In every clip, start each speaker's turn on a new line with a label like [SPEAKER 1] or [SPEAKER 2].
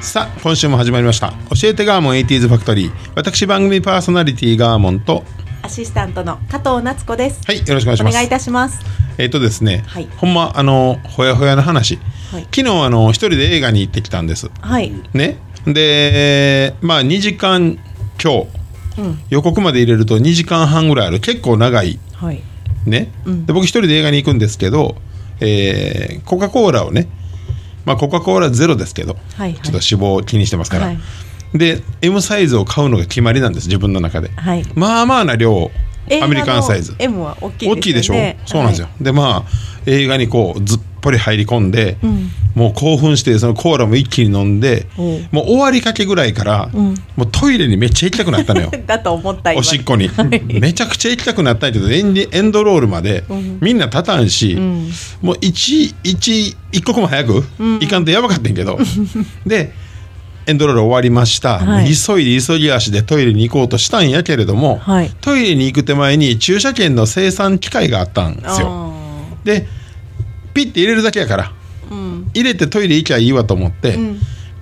[SPEAKER 1] さあ今週も始まりました教えてガーモン 80s ファクトリー私番組パーソナリティガーモンと
[SPEAKER 2] アシスタントの加藤夏子です。
[SPEAKER 1] はいよろしくお願いし
[SPEAKER 2] お
[SPEAKER 1] ま
[SPEAKER 2] 願い
[SPEAKER 1] す
[SPEAKER 2] いたします。
[SPEAKER 1] えっ、とですね、
[SPEAKER 2] はい
[SPEAKER 1] ほんまあのほやほやの話、
[SPEAKER 2] はい
[SPEAKER 1] 昨日あの一人で映画に行ってきたんです
[SPEAKER 2] はい。
[SPEAKER 1] ねでまあ2時間今日、予告まで入れると2時間半ぐらいある結構長い
[SPEAKER 2] はい。
[SPEAKER 1] ね、で僕一人で映画に行くんですけど、えーコカ・コーラをねまあコカ・コーラゼロですけど、
[SPEAKER 2] はいはい
[SPEAKER 1] ちょっと脂肪を気にしてますから、
[SPEAKER 2] はい
[SPEAKER 1] で M サイズを買うのが決まりなんです自分の中で、
[SPEAKER 2] はい
[SPEAKER 1] まあまあな量
[SPEAKER 2] 映画
[SPEAKER 1] ア
[SPEAKER 2] の
[SPEAKER 1] メリカンサイズ
[SPEAKER 2] M は大きいですよね。
[SPEAKER 1] 大きいでしょ、そうなんですよ、
[SPEAKER 2] は
[SPEAKER 1] でまあ映画にこうずっぽり入り込んで、もう興奮してそのコーラも一気に飲んで、
[SPEAKER 2] おう
[SPEAKER 1] もう終わりかけぐらいから、もうトイレにめっちゃ行きたくなったのよ
[SPEAKER 2] い。だと思った今
[SPEAKER 1] おしっこに、めちゃくちゃ行きたくなったんやけどエンディエンドロールまで、みんな立たんし、もう一一一刻も早く行かんとやばかったんやけ ど、でエンドロール終わりました、
[SPEAKER 2] はい
[SPEAKER 1] 急いで急ぎ足でトイレに行こうとしたんやけれども、
[SPEAKER 2] はい
[SPEAKER 1] トイレに行く手前に駐車券の生産機械があったんですよ。
[SPEAKER 2] あ
[SPEAKER 1] でピッて入れるだけやから、入れてトイレ行きゃいいわと思って、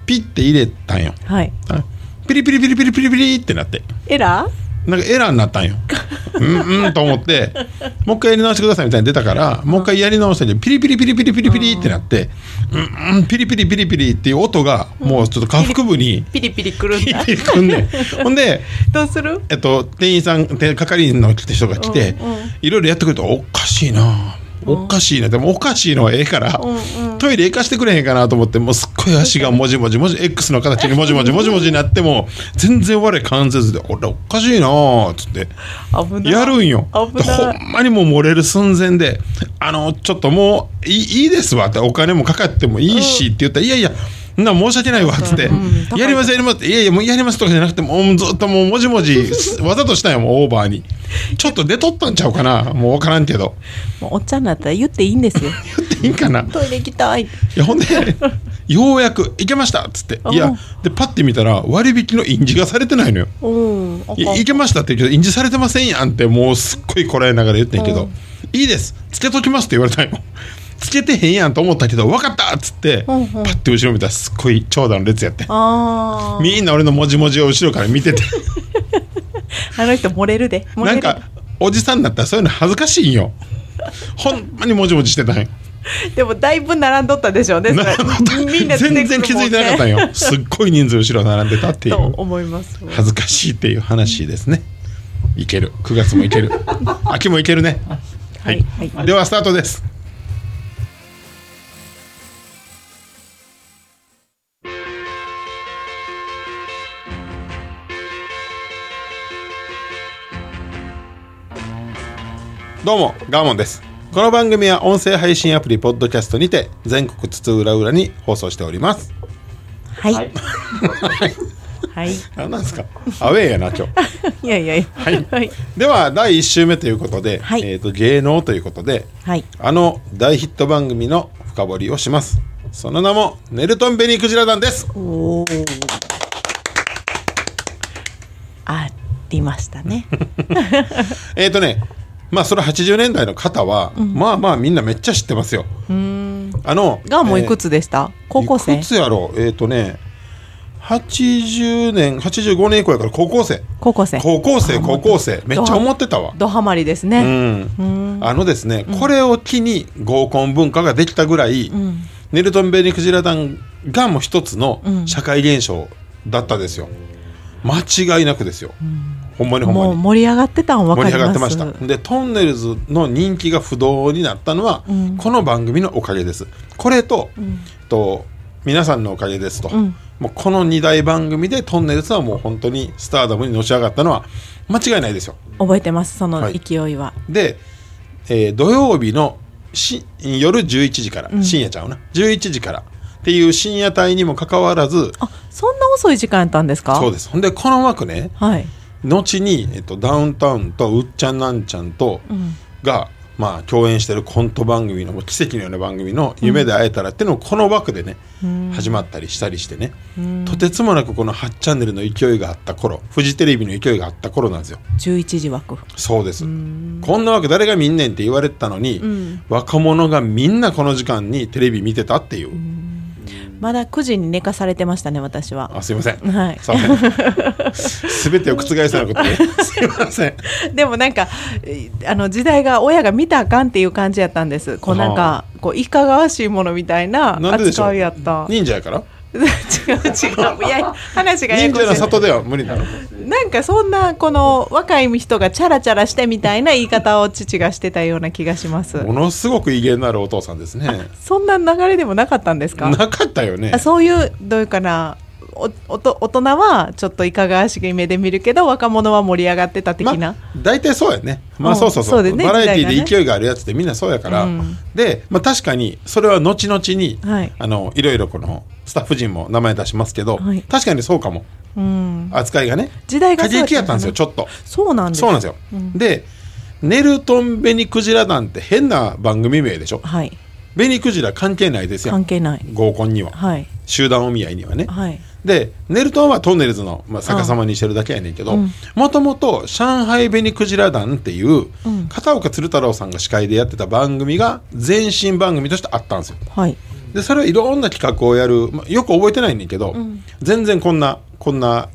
[SPEAKER 1] ピッて入れたんよ。
[SPEAKER 2] ーはい。
[SPEAKER 1] あピリピリピリピリピリピリってなって。
[SPEAKER 2] エラ
[SPEAKER 1] なんかエラーになったんよ。うんうんと思って、もう一回やり直してくださいみたいに出たから、もう一回やり直したけど、ピリピリピリピリピリピリってなって、うんうん、ピリピリピリピリっていう音が、もうちょっと下腹部に
[SPEAKER 2] ー？、ピリピリくるんだ。
[SPEAKER 1] ピリくんで、ほんで、
[SPEAKER 2] どうする？
[SPEAKER 1] えっと、店員さん、て係員の人が来て、いろいろやってくると、おかしいなおかしいなでもおかしいのはええから、トイレ行かしてくれへんかなと思ってもうすっごい足がもじもじもじ X の形にもじもじもじもじになっても全然我関せずで「俺おかしいな」っつって
[SPEAKER 2] 危 ない。
[SPEAKER 1] やるんよ。
[SPEAKER 2] 危な
[SPEAKER 1] ほ
[SPEAKER 2] い。
[SPEAKER 1] んまにもう漏れる寸前で、あの、ちょっともういいいいですわって、お金もかかってもいいしって言ったら、いやいや、そんな申し訳ないわっつって、
[SPEAKER 2] 高い
[SPEAKER 1] やりますやりますって、いやいや、もうやりますとかじゃなくて、もうずっともうもじも じ、わざとしたんやもうオーバーに。ちょっと出とったんちゃうかな、もうわからんけど。
[SPEAKER 2] もうおっちゃんだったら言っていいんですよ。
[SPEAKER 1] 言っていいんかな。
[SPEAKER 2] トイレ行きたい。
[SPEAKER 1] いやほんでようやく行けましたっつっていや
[SPEAKER 2] うん
[SPEAKER 1] でパッて見たら割引の印字がされてないのよ
[SPEAKER 2] うん。
[SPEAKER 1] いやいけましたって言うけど印字されてませんやんってもうすっごいこらえながら言ってんけど、いいですつけときますって言われたんよ つけてへんやんと思ったけど分かったっつって、
[SPEAKER 2] うんうん
[SPEAKER 1] パッて後ろ見たらすっごい長蛇の列やって
[SPEAKER 2] あ
[SPEAKER 1] みんな俺のもじもじを後ろから見てて
[SPEAKER 2] あ。あの人漏れるで。漏
[SPEAKER 1] な
[SPEAKER 2] れ
[SPEAKER 1] ん
[SPEAKER 2] る
[SPEAKER 1] かおじさんになったらそういうの恥ずかしいんよほんまにもじもじしてたんよ
[SPEAKER 2] でもだいぶ並んどったでしょうね。それみんな出てくるもんね
[SPEAKER 1] 全然気づいてなかったん よすっごい人数後ろ並んでたってい
[SPEAKER 2] と
[SPEAKER 1] う
[SPEAKER 2] 思います。
[SPEAKER 1] 恥ずかしいっていう話ですねいける9月もいける秋もいけるね
[SPEAKER 2] はいはい
[SPEAKER 1] ではスタートですどうもガーモンですこの番組は音声配信アプリポッドキャストにて全国津々浦々に放送しております
[SPEAKER 2] はいはい。
[SPEAKER 1] あなんですかアウェーやな今 日
[SPEAKER 2] いやいやいや。はいはい
[SPEAKER 1] では第1週目ということで、
[SPEAKER 2] はい
[SPEAKER 1] えー、と芸能ということで
[SPEAKER 2] はい。
[SPEAKER 1] あの大ヒット番組の深掘りをしますその名もネルトン・ベニー・クジラ団です
[SPEAKER 2] おお。ありました ね。
[SPEAKER 1] えっ、とねまあそれ80年代の方は、まあまあみんなめっちゃ知ってますよあの
[SPEAKER 2] がもういく
[SPEAKER 1] つ、
[SPEAKER 2] つでした？高校
[SPEAKER 1] い
[SPEAKER 2] 生
[SPEAKER 1] く。つやろうえっ、とね80年85年以降やから高校生
[SPEAKER 2] 高校生。
[SPEAKER 1] 高校生高校生めっちゃ思ってたわ
[SPEAKER 2] ドハマりです
[SPEAKER 1] う
[SPEAKER 2] ね。
[SPEAKER 1] んあのですね、これを機に合コン文化ができたぐらい、ネルトン・ベニクジラ団がもう一つの社会現象だったですよ、間違いなくですよ、ほんまにほんま
[SPEAKER 2] もう
[SPEAKER 1] に
[SPEAKER 2] 盛り上がってたんわ
[SPEAKER 1] 盛
[SPEAKER 2] か
[SPEAKER 1] り
[SPEAKER 2] り
[SPEAKER 1] 上が
[SPEAKER 2] ま
[SPEAKER 1] って
[SPEAKER 2] す。
[SPEAKER 1] ましたでトンネルズの人気が不動になったのは、この番組のおかげですこれと,、と皆さんのおかげですと、もうこの2大番組でトンネルズはもう本当にスターダムにのし上がったのは間違いないですよ
[SPEAKER 2] 覚えてますそ
[SPEAKER 1] は
[SPEAKER 2] の
[SPEAKER 1] い
[SPEAKER 2] 勢いは、
[SPEAKER 1] で、えー土曜日のし夜11時から、深夜ちゃうな11時からっていう深夜帯にもかかわらず
[SPEAKER 2] あそんな遅い時間やったんですか
[SPEAKER 1] そうですほんでこの枠ね
[SPEAKER 2] はい
[SPEAKER 1] 後に、えっと、ダウンタウンとうっちゃんなんちゃんとが、まあ、共演してるコント番組の奇跡のような番組の「夢で会えたら」っていうのをこの枠でね、始まったりしたりしてね、とてつもなくこの8チャンネルの勢いがあった頃フジテレビの勢いがあった頃なんですよ。
[SPEAKER 2] 11時枠
[SPEAKER 1] そうですこんなわけ誰が見んねんって言われてたのに、若者がみんなこの時間にテレビ見てたっていう、
[SPEAKER 2] まだ9時に寝かされてましたね私は
[SPEAKER 1] あすいません、
[SPEAKER 2] はい
[SPEAKER 1] すいません全てを覆すようなこと ですいません
[SPEAKER 2] でもなんかえーあの時代が親が見たらあかんっていう感じやったんですこうなんかこういかがわしいものみたいな
[SPEAKER 1] なんででしょう
[SPEAKER 2] 扱いやった
[SPEAKER 1] 忍者やから
[SPEAKER 2] 違う違ういや話がやや
[SPEAKER 1] 忍
[SPEAKER 2] こし
[SPEAKER 1] 者
[SPEAKER 2] い
[SPEAKER 1] の里では無理なの
[SPEAKER 2] なんかそんなこの若い人がチャラチャラしてみたいな言い方を父がしてたような気がします
[SPEAKER 1] ものすごく威厳のあるお父さんですね
[SPEAKER 2] そんな流れでもなかったんですか
[SPEAKER 1] なかったよね
[SPEAKER 2] あそういうどういうかなおおと大人はちょっといかがわしい目で見るけど若者は盛り上がってた的な、
[SPEAKER 1] まあ、大体そうやねまあ
[SPEAKER 2] うん
[SPEAKER 1] そうそうそう
[SPEAKER 2] そうですね
[SPEAKER 1] バラエティ
[SPEAKER 2] 時代が
[SPEAKER 1] ー
[SPEAKER 2] ね
[SPEAKER 1] で勢いがあるやつってみんなそうやから、
[SPEAKER 2] うん
[SPEAKER 1] で、まあ、確かにそれは後々に、
[SPEAKER 2] はい
[SPEAKER 1] あのいろいろこのスタッフ陣も名前出しますけど、
[SPEAKER 2] はい
[SPEAKER 1] 確かにそうかも
[SPEAKER 2] うん、
[SPEAKER 1] 扱いがね
[SPEAKER 2] 時代が
[SPEAKER 1] 過
[SPEAKER 2] そう
[SPEAKER 1] 激やったんですよ
[SPEAKER 2] ね
[SPEAKER 1] ちょっと
[SPEAKER 2] そうなんです
[SPEAKER 1] そうなんですよ、で「ネルトンベニクジラ団」って変な番組名でしょ
[SPEAKER 2] はい
[SPEAKER 1] ベニクジラ関係ないですよ
[SPEAKER 2] 関係ない
[SPEAKER 1] 合コンには、
[SPEAKER 2] はい
[SPEAKER 1] 集団お見合いにはね、
[SPEAKER 2] はい
[SPEAKER 1] でネルトンはトンネルズの、まあ、逆さまにしてるだけやねんけどもともと「元々上海ベニクジラ団」っていう、片岡鶴太郎さんが司会でやってた番組が前身番組としてあったんですよ
[SPEAKER 2] はい
[SPEAKER 1] でそれはいろんな企画をやる、まあ、よく覚えてないねんけど、全然こんなこんな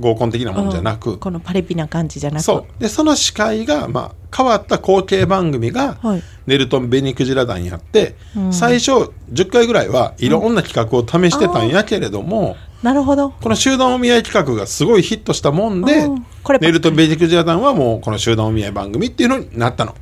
[SPEAKER 1] 合コン的なもんじゃなく、
[SPEAKER 2] このパレピな感じじゃなく
[SPEAKER 1] そうでその司会が、まあ、変わった後継番組が、
[SPEAKER 2] はい
[SPEAKER 1] ネルトン・ベニクジラ団やって、最初10回ぐらいはいろんな企画を試してたんやけれども、
[SPEAKER 2] なるほど
[SPEAKER 1] この集団お見合い企画がすごいヒットしたもんで
[SPEAKER 2] うんこればっかり
[SPEAKER 1] ネルトン・ベニクジラ団はもうこの集団お見合い番組っていうのになったの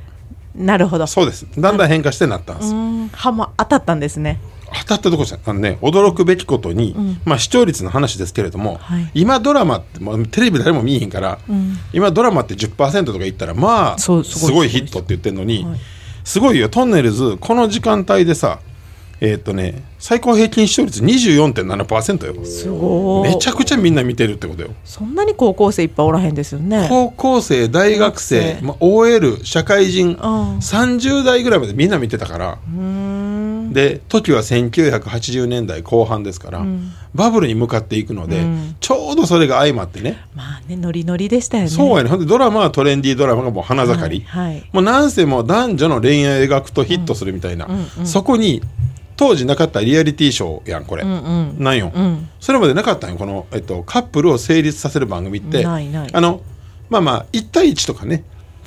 [SPEAKER 2] なるほど
[SPEAKER 1] そうですだんだん変化してなったんです、
[SPEAKER 2] うんはま当たったんですね
[SPEAKER 1] 当たったとこじゃあのね驚くべきことに、まあ、視聴率の話ですけれども、
[SPEAKER 2] はい
[SPEAKER 1] 今ドラマって、まあ、テレビ誰も見えへんから、今ドラマって10%とか言ったらまあす
[SPEAKER 2] そう
[SPEAKER 1] ご
[SPEAKER 2] すごい
[SPEAKER 1] いヒットって言ってるのに、
[SPEAKER 2] はい
[SPEAKER 1] すごいよトンネルズこの時間帯でさえーっとね最高平均視聴率24.7%よ
[SPEAKER 2] すごい
[SPEAKER 1] めちゃくちゃみんな見てるってことよ
[SPEAKER 2] そんなに高校生いっぱいおらへんですよね
[SPEAKER 1] 高校生大学生
[SPEAKER 2] 学、生
[SPEAKER 1] まあ、OL 社会人
[SPEAKER 2] ん
[SPEAKER 1] 30代ぐらいまでみんな見てたからで時は1980年代後半ですから、バブルに向かっていくので、ちょうどそれが相まってね
[SPEAKER 2] まあねノリノリでしたよね
[SPEAKER 1] そうやねほんでドラマはトレンディードラマがもう花盛り、
[SPEAKER 2] はいはい
[SPEAKER 1] もうなんせもう男女の恋愛を描くとヒットするみたいな、そこに当時なかったリアリティショーやんこれ、なんよ、
[SPEAKER 2] ん
[SPEAKER 1] それまでなかったんよこの、えっと、カップルを成立させる番組って
[SPEAKER 2] ないない
[SPEAKER 1] あのまあまあ1対1とかね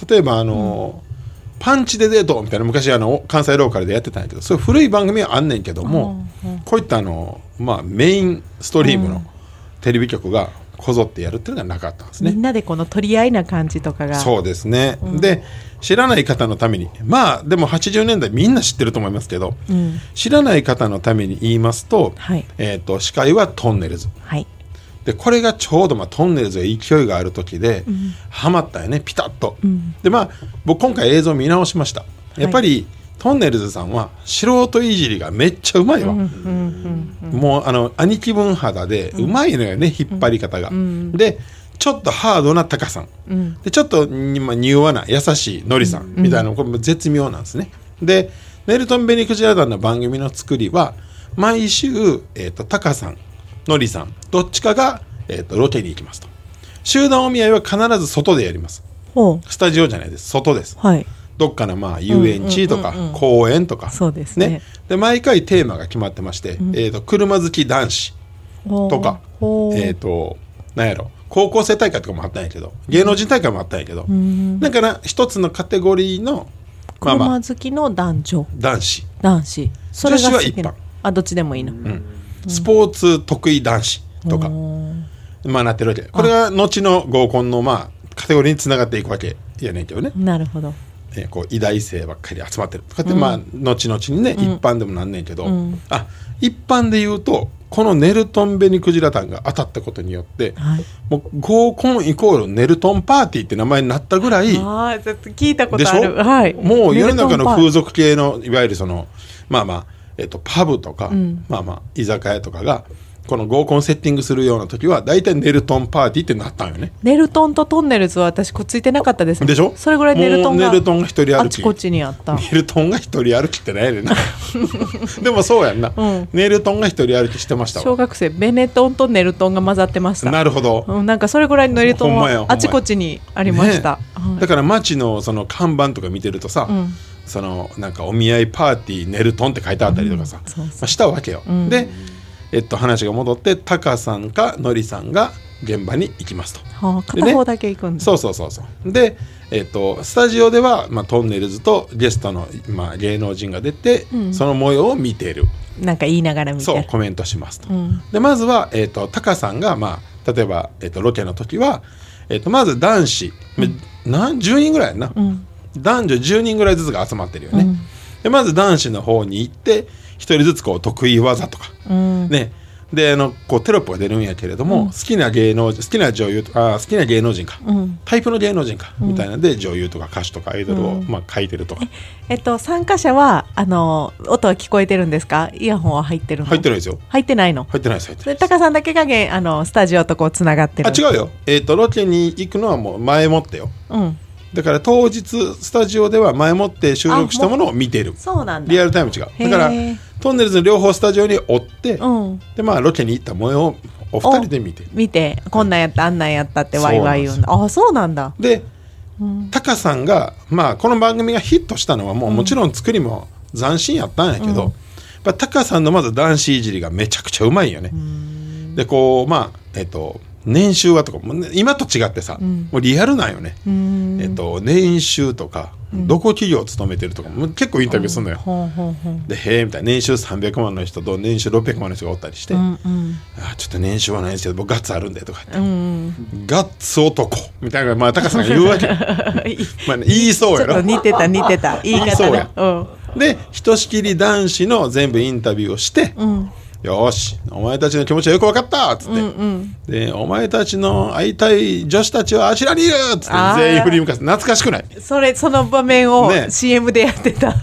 [SPEAKER 1] 例えばあの、パンチでデートみたいな昔あの関西ローカルでやってたんやけどそういう古い番組はあんねんけども、こういったあの、まあ、メインストリームのテレビ局がこぞってやるっていうのがなかったんですね。
[SPEAKER 2] みんなでこの取り合いな感じとかが
[SPEAKER 1] そうですね、で知らない方のためにまあでも80年代みんな知ってると思いますけど、
[SPEAKER 2] ん
[SPEAKER 1] 知らない方のために言いますと,、
[SPEAKER 2] はい
[SPEAKER 1] えー、と司会はトンネルズ
[SPEAKER 2] はい
[SPEAKER 1] でこれがちょうど、まあ、トンネルズが勢いがある時で、ハマったよねピタッと、でまあ僕今回映像見直しましたやっぱり、トンネルズさんは素人いじりがめっちゃうまいわ、もうあの兄貴分肌でうまいのよね、引っ張り方が、でちょっとハードなタカさん、でちょっとにまあ柔和な優しいノリさんみたいな、これも絶妙なんですねでネルトン・ベニクジラ団の番組の作りは毎週、えー、とタカさんノリさんどっちかが、えー、とロケに行きますと集団お見合いは必ず外でやります
[SPEAKER 2] ほう
[SPEAKER 1] スタジオじゃないです外です
[SPEAKER 2] はい
[SPEAKER 1] どっかのまあ遊園地とか公園とか、
[SPEAKER 2] そうですね
[SPEAKER 1] で毎回テーマが決まってまして、えー、と車好き男子とか、
[SPEAKER 2] ほう
[SPEAKER 1] えっ、となんやろ高校生大会とかもあったんやけど芸能人大会もあったんやけど、だから一つのカテゴリーのまあまあ
[SPEAKER 2] 車好きの男女
[SPEAKER 1] 男子、
[SPEAKER 2] 男子それが好
[SPEAKER 1] 女
[SPEAKER 2] き
[SPEAKER 1] 子
[SPEAKER 2] な
[SPEAKER 1] は一般
[SPEAKER 2] あどっちでもいいの、
[SPEAKER 1] スポーツ得意男子とか、まあなってるわけこれが後の合コンのまあカテゴリーにつながっていくわけやねんけどね、
[SPEAKER 2] なるほど
[SPEAKER 1] えーこう偉大生ばっかり集まってるとかって、まあ後々にね、一般でもなんねんけど、あ一般で言うとこのネルトン・ベニクジラタンが当たったことによって、
[SPEAKER 2] はい
[SPEAKER 1] もう合コンイコールネルトンパーティーって名前になったぐらい
[SPEAKER 2] あーちょっと聞いたこ
[SPEAKER 1] で
[SPEAKER 2] と
[SPEAKER 1] し
[SPEAKER 2] あ
[SPEAKER 1] ょ、
[SPEAKER 2] る。はい。
[SPEAKER 1] もう世の中の風
[SPEAKER 2] 風
[SPEAKER 1] 俗系のいわゆるそのまあまあ、えっと、パブとか、まあまあ居酒屋とかがこの合コンセッティングするような時は大体ネルトンパーティーってなったんよね
[SPEAKER 2] ネルトンとトンネルズは私こっついてなかったですね
[SPEAKER 1] でしょ
[SPEAKER 2] それぐらいネルトンが
[SPEAKER 1] もうネルトンが一人歩き
[SPEAKER 2] あちこちにあった
[SPEAKER 1] ネルトンが一人歩きってないやねん なでもそうやんな、
[SPEAKER 2] うん
[SPEAKER 1] ネルトンが一人歩きしてました
[SPEAKER 2] 小
[SPEAKER 1] わ
[SPEAKER 2] 学生ベネトンとネルトンが混ざってました
[SPEAKER 1] なるほど、
[SPEAKER 2] うん、なんかそれぐらいのネルトン
[SPEAKER 1] ほんまやほん
[SPEAKER 2] は
[SPEAKER 1] まや
[SPEAKER 2] あちこちにありました、
[SPEAKER 1] ね
[SPEAKER 2] はい
[SPEAKER 1] だから街のその看板とか見てるとさ、
[SPEAKER 2] ん
[SPEAKER 1] そのなんかお見合いパーティーネルトンって書いてあったりとかさ、
[SPEAKER 2] うんそうそ
[SPEAKER 1] ま
[SPEAKER 2] う
[SPEAKER 1] あ、したわけよ、
[SPEAKER 2] ん
[SPEAKER 1] で、えっと、話が戻ってタカさんかノリさんが現場に行きますと
[SPEAKER 2] はあ片方だけ行くんだ、
[SPEAKER 1] そうそうそうそうで、えっと、スタジオでは、まあ、トンネルズとゲストの、まあ、芸能人が出て、
[SPEAKER 2] うん
[SPEAKER 1] その模様を見てる
[SPEAKER 2] なんか言いながら見て
[SPEAKER 1] そう
[SPEAKER 2] る
[SPEAKER 1] コメントしますと、
[SPEAKER 2] うん
[SPEAKER 1] でまずは、えっとタカさんが、まあ、例えば、えっとロケの時は、えっとまず男子、何10人ぐらいやな、
[SPEAKER 2] うん
[SPEAKER 1] 男女10人ぐらいずつが集まってるよね、
[SPEAKER 2] うん
[SPEAKER 1] でまず男子の方に行って1人ずつこう得意技とか、
[SPEAKER 2] うん
[SPEAKER 1] ねであのこうテロップが出るんやけれども、好きな芸能人好きな女優とかあ好きな芸能人か、
[SPEAKER 2] うん
[SPEAKER 1] タイプの芸能人か、みたいなんで女優とか歌手とかアイドルを、まあ、書いてるとか
[SPEAKER 2] えっと参加者はあの音は聞こえてるんですかイヤホンは入ってるの
[SPEAKER 1] 入ってないですよ
[SPEAKER 2] 入ってないの
[SPEAKER 1] 入ってないです入って
[SPEAKER 2] そ
[SPEAKER 1] な
[SPEAKER 2] れ
[SPEAKER 1] いです
[SPEAKER 2] タカさんだけがげんあのスタジオとこうつながってる
[SPEAKER 1] あ違うよえっ、とロケに行くのはもう前もってよ
[SPEAKER 2] うん
[SPEAKER 1] だから当日スタジオでは前もって収録したものを見てる
[SPEAKER 2] そうなんだ
[SPEAKER 1] リアルタイム違うだから
[SPEAKER 2] へー
[SPEAKER 1] トンネルズの両方スタジオに追って、
[SPEAKER 2] うん
[SPEAKER 1] でまあロケに行った模様をお二人で見て
[SPEAKER 2] 見てこんなんやったあんなんやったって
[SPEAKER 1] そうな
[SPEAKER 2] ワ
[SPEAKER 1] んで
[SPEAKER 2] イ
[SPEAKER 1] す
[SPEAKER 2] ワイ言うんだあそうなんだ
[SPEAKER 1] で、タカさんが、まあ、この番組がヒットしたのはもう、もちろん作りも斬新やったんやけど、やっぱタカさんのまず男子いじりがめちゃくちゃうまいよね。でこうまあえっ、と年収はとかもね、今と違ってさ、もうリアルなんよね。
[SPEAKER 2] うん
[SPEAKER 1] えっと年収とか、どこ企業勤めてるとかも結構インタビューするのよ。
[SPEAKER 2] ほんほんほん
[SPEAKER 1] でへえみたいな年収300万の人と年収600万の人がおったりして、
[SPEAKER 2] うんうん
[SPEAKER 1] あちょっと年収はないんですけど僕ガッツあるんでとか言って、
[SPEAKER 2] うん
[SPEAKER 1] ガッツ男みたいなまあタカさんが言う わけよまあね、言いそう
[SPEAKER 2] ち
[SPEAKER 1] や
[SPEAKER 2] ょっと
[SPEAKER 1] ろ
[SPEAKER 2] 似てた似てた言い
[SPEAKER 1] そ
[SPEAKER 2] 方
[SPEAKER 1] う
[SPEAKER 2] ね
[SPEAKER 1] や
[SPEAKER 2] うん
[SPEAKER 1] でひとしきり男子の全部インタビューをして「
[SPEAKER 2] ん
[SPEAKER 1] よーしお前たちの気持ちはよく分かった」っつって、で「お前たちの会いたい女子たちはあちらにいる」っつって
[SPEAKER 2] あー
[SPEAKER 1] 全員振り向かす懐かしくない
[SPEAKER 2] それその場面を
[SPEAKER 1] ね
[SPEAKER 2] CM でやっ てた、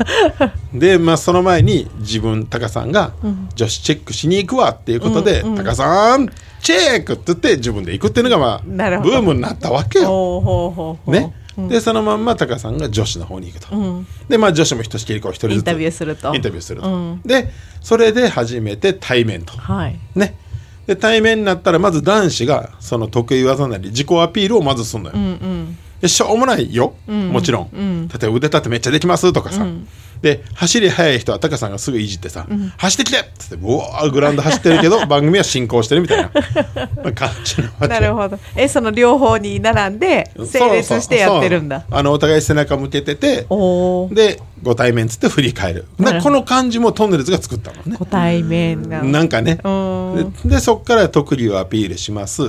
[SPEAKER 1] で、まあ、その前に自分タカさんが「女子チェックしに行くわ」っていうことで「タカさんチェック!」って言って自分で行くっていうのが、まあ、ブ
[SPEAKER 2] なるほど
[SPEAKER 1] ームになったわけよ。
[SPEAKER 2] ほうほうほうほう
[SPEAKER 1] ね、でそのまんまタカさんが女子の方に行くと、でまあ女子もひとしきりこう一人ずつ
[SPEAKER 2] インタビューすると
[SPEAKER 1] インタビューすると、
[SPEAKER 2] うん
[SPEAKER 1] でそれで初めて対面と
[SPEAKER 2] はい
[SPEAKER 1] ねで対面になったらまず男子がその得意技なり自己アピールをまずすんのよ、でしょうもないよ、もちろん、例えば腕立てめっちゃできますとかさ、で走り速い人はタカさんがすぐいじってさ「走ってきて!」っつってうわーグラウンド走ってるけ ど番組は進行してるみたいなまあ感じなわけ
[SPEAKER 2] なるほどえその両方に並んで整列してやってるん
[SPEAKER 1] そ
[SPEAKER 2] だ
[SPEAKER 1] うそうそうあのお互い背中向けてて
[SPEAKER 2] おお
[SPEAKER 1] でご対面つって振り返る
[SPEAKER 2] なる
[SPEAKER 1] でこ
[SPEAKER 2] ほど
[SPEAKER 1] の感じもトンネルズが作ったのね
[SPEAKER 2] ご対面が
[SPEAKER 1] なんかね
[SPEAKER 2] うん
[SPEAKER 1] ででそこから特技をアピールします、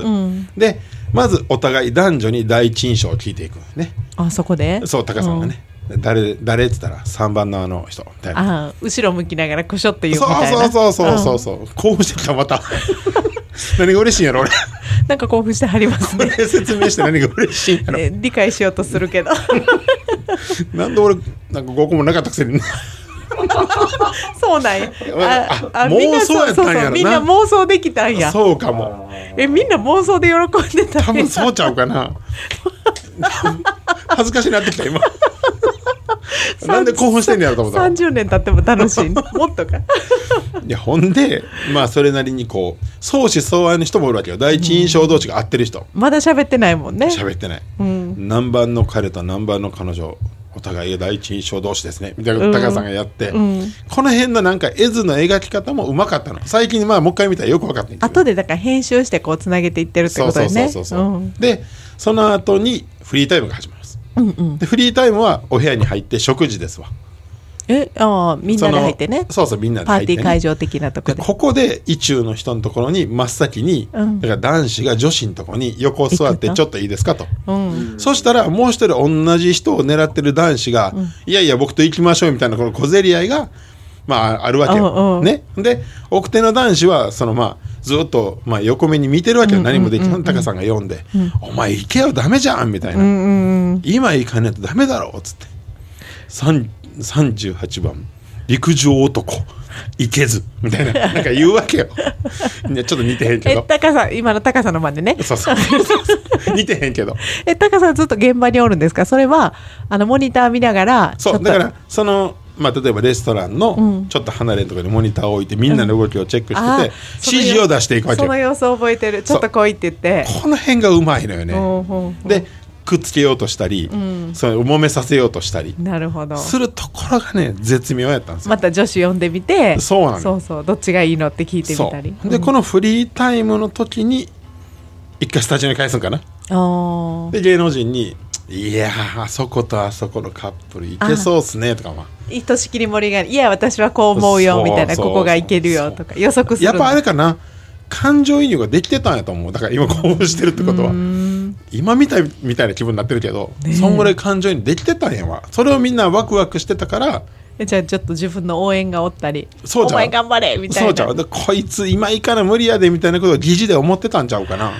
[SPEAKER 1] でまずお互い男女に第一印象を聞いていくのね
[SPEAKER 2] あそこで
[SPEAKER 1] そう高さんがね、誰誰っつったら3番のあの人みたいな
[SPEAKER 2] あー後ろ向きながらこしょって言うみ
[SPEAKER 1] そう
[SPEAKER 2] たいな
[SPEAKER 1] そうそうそうそう、う興奮してきたまた何が嬉しいんやろ俺
[SPEAKER 2] うんなんか興奮してはります
[SPEAKER 1] こ
[SPEAKER 2] ね
[SPEAKER 1] れ説明して何が嬉しいんやろ
[SPEAKER 2] ね理解しようとするけど
[SPEAKER 1] なんで俺なんか合コンもなかったくせにね
[SPEAKER 2] そうなんや
[SPEAKER 1] あ妄想やったんやろな
[SPEAKER 2] そうそうみんな妄想できたんや
[SPEAKER 1] そうかも
[SPEAKER 2] えみんな妄想で喜んでた
[SPEAKER 1] 多
[SPEAKER 2] んや
[SPEAKER 1] 分そうちゃうかな恥ずかしになってきた今なんで興奮してんのやろと思ったわ
[SPEAKER 2] 30年経っても楽しいねもっとか
[SPEAKER 1] いやほんでまあそれなりにこう相思相愛の人もおるわけよ第一印象同士が合ってる人
[SPEAKER 2] まだ喋ってないもんね
[SPEAKER 1] 喋ってない、何番の彼と何番の彼女お互いが第一印象同士ですねみたいなこと高橋さんがやって、この辺のなんか絵図の描き方もうまかったの最近まあもう一回見たらよく分かってんけど
[SPEAKER 2] 後でだから編集してこうつなげていってるって
[SPEAKER 1] そ
[SPEAKER 2] こ
[SPEAKER 1] うそ
[SPEAKER 2] とで
[SPEAKER 1] うそ
[SPEAKER 2] ね
[SPEAKER 1] うそうそう、
[SPEAKER 2] うん
[SPEAKER 1] でその後にフリータイムが始まります、でフリータイムはお部屋に入って食事ですわ
[SPEAKER 2] えああみんなで入ってね
[SPEAKER 1] そのそうそうみんなで
[SPEAKER 2] パ
[SPEAKER 1] 入っ
[SPEAKER 2] ー
[SPEAKER 1] て、
[SPEAKER 2] テ
[SPEAKER 1] ね、
[SPEAKER 2] ィー会場的なとこ
[SPEAKER 1] で
[SPEAKER 2] で
[SPEAKER 1] ここで意中の人のところに真っ先に、
[SPEAKER 2] うん
[SPEAKER 1] だから男子が女子のところに横座って
[SPEAKER 2] 行くと
[SPEAKER 1] ちょっといいですかと、
[SPEAKER 2] うん
[SPEAKER 1] そしたらもう一人同じ人を狙ってる男子が、いやいや僕と行きましょうみたいなこの小競り合いがまあ、あるわけ
[SPEAKER 2] うん
[SPEAKER 1] よ。
[SPEAKER 2] うん
[SPEAKER 1] ね、で奥手の男子はその、まあ、ずっと、まあ、横目に見てるわけよ、何もできないタカさんが読んで「お前行けよダメじゃん」みたいな「今行かないとダメだろ」っつって三38番「陸上男行けず」みたいななんか言うわけよ。いやちょっと似てへんけ
[SPEAKER 2] え
[SPEAKER 1] ど。
[SPEAKER 2] 高さん今の高さんの真似ね
[SPEAKER 1] そうそうそうそう似てへんけど。
[SPEAKER 2] え高さんずっと現場におるんですかそれはあのモニター見ながら
[SPEAKER 1] そ
[SPEAKER 2] ちょ
[SPEAKER 1] う
[SPEAKER 2] っ
[SPEAKER 1] だ
[SPEAKER 2] と
[SPEAKER 1] からその、まあ、例えばレストランのちょっと離れのところにモニターを置いてみんなの動きをチェック
[SPEAKER 2] あ
[SPEAKER 1] して
[SPEAKER 2] ー
[SPEAKER 1] て、指示を出していくわけ
[SPEAKER 2] そ
[SPEAKER 1] よ
[SPEAKER 2] の
[SPEAKER 1] こ
[SPEAKER 2] 様子覚えてるちょっと来いって言って
[SPEAKER 1] の辺がうまいのよね
[SPEAKER 2] ほうほうほう
[SPEAKER 1] でくっつけようとしたり、その揉めさせようとしたり
[SPEAKER 2] なるほど
[SPEAKER 1] するところがね絶妙やったんですよ、
[SPEAKER 2] また女子呼んでみて
[SPEAKER 1] そうなのよ
[SPEAKER 2] そうそうどっちがいいのって聞いてみ
[SPEAKER 1] そ
[SPEAKER 2] たり
[SPEAKER 1] うでこのフリータイムの時に一回スタジオに返すんかな
[SPEAKER 2] の
[SPEAKER 1] で芸能人に「いやーあそことあそこのカップルいけそうっすね」とかまあ
[SPEAKER 2] ひとしきり盛り上がりいや私はこう思うよみたいな
[SPEAKER 1] そう
[SPEAKER 2] ここがいけるよとか予測する
[SPEAKER 1] やっぱあれ
[SPEAKER 2] か
[SPEAKER 1] かな感情移入ができてたんやと思うだから今興奮してるってことは今みたいみたいな気分になってるけど、そんぐらい感情移入できてたんやわそれをみんなワクワクしてたから
[SPEAKER 2] じゃあちょっと自分の応援がおったり
[SPEAKER 1] そう
[SPEAKER 2] お
[SPEAKER 1] ちゃう
[SPEAKER 2] 前頑張れみたい
[SPEAKER 1] そうちゃ
[SPEAKER 2] な
[SPEAKER 1] うでこいつ今行かな無理やでみたいなことを疑似で思ってたんちゃうかな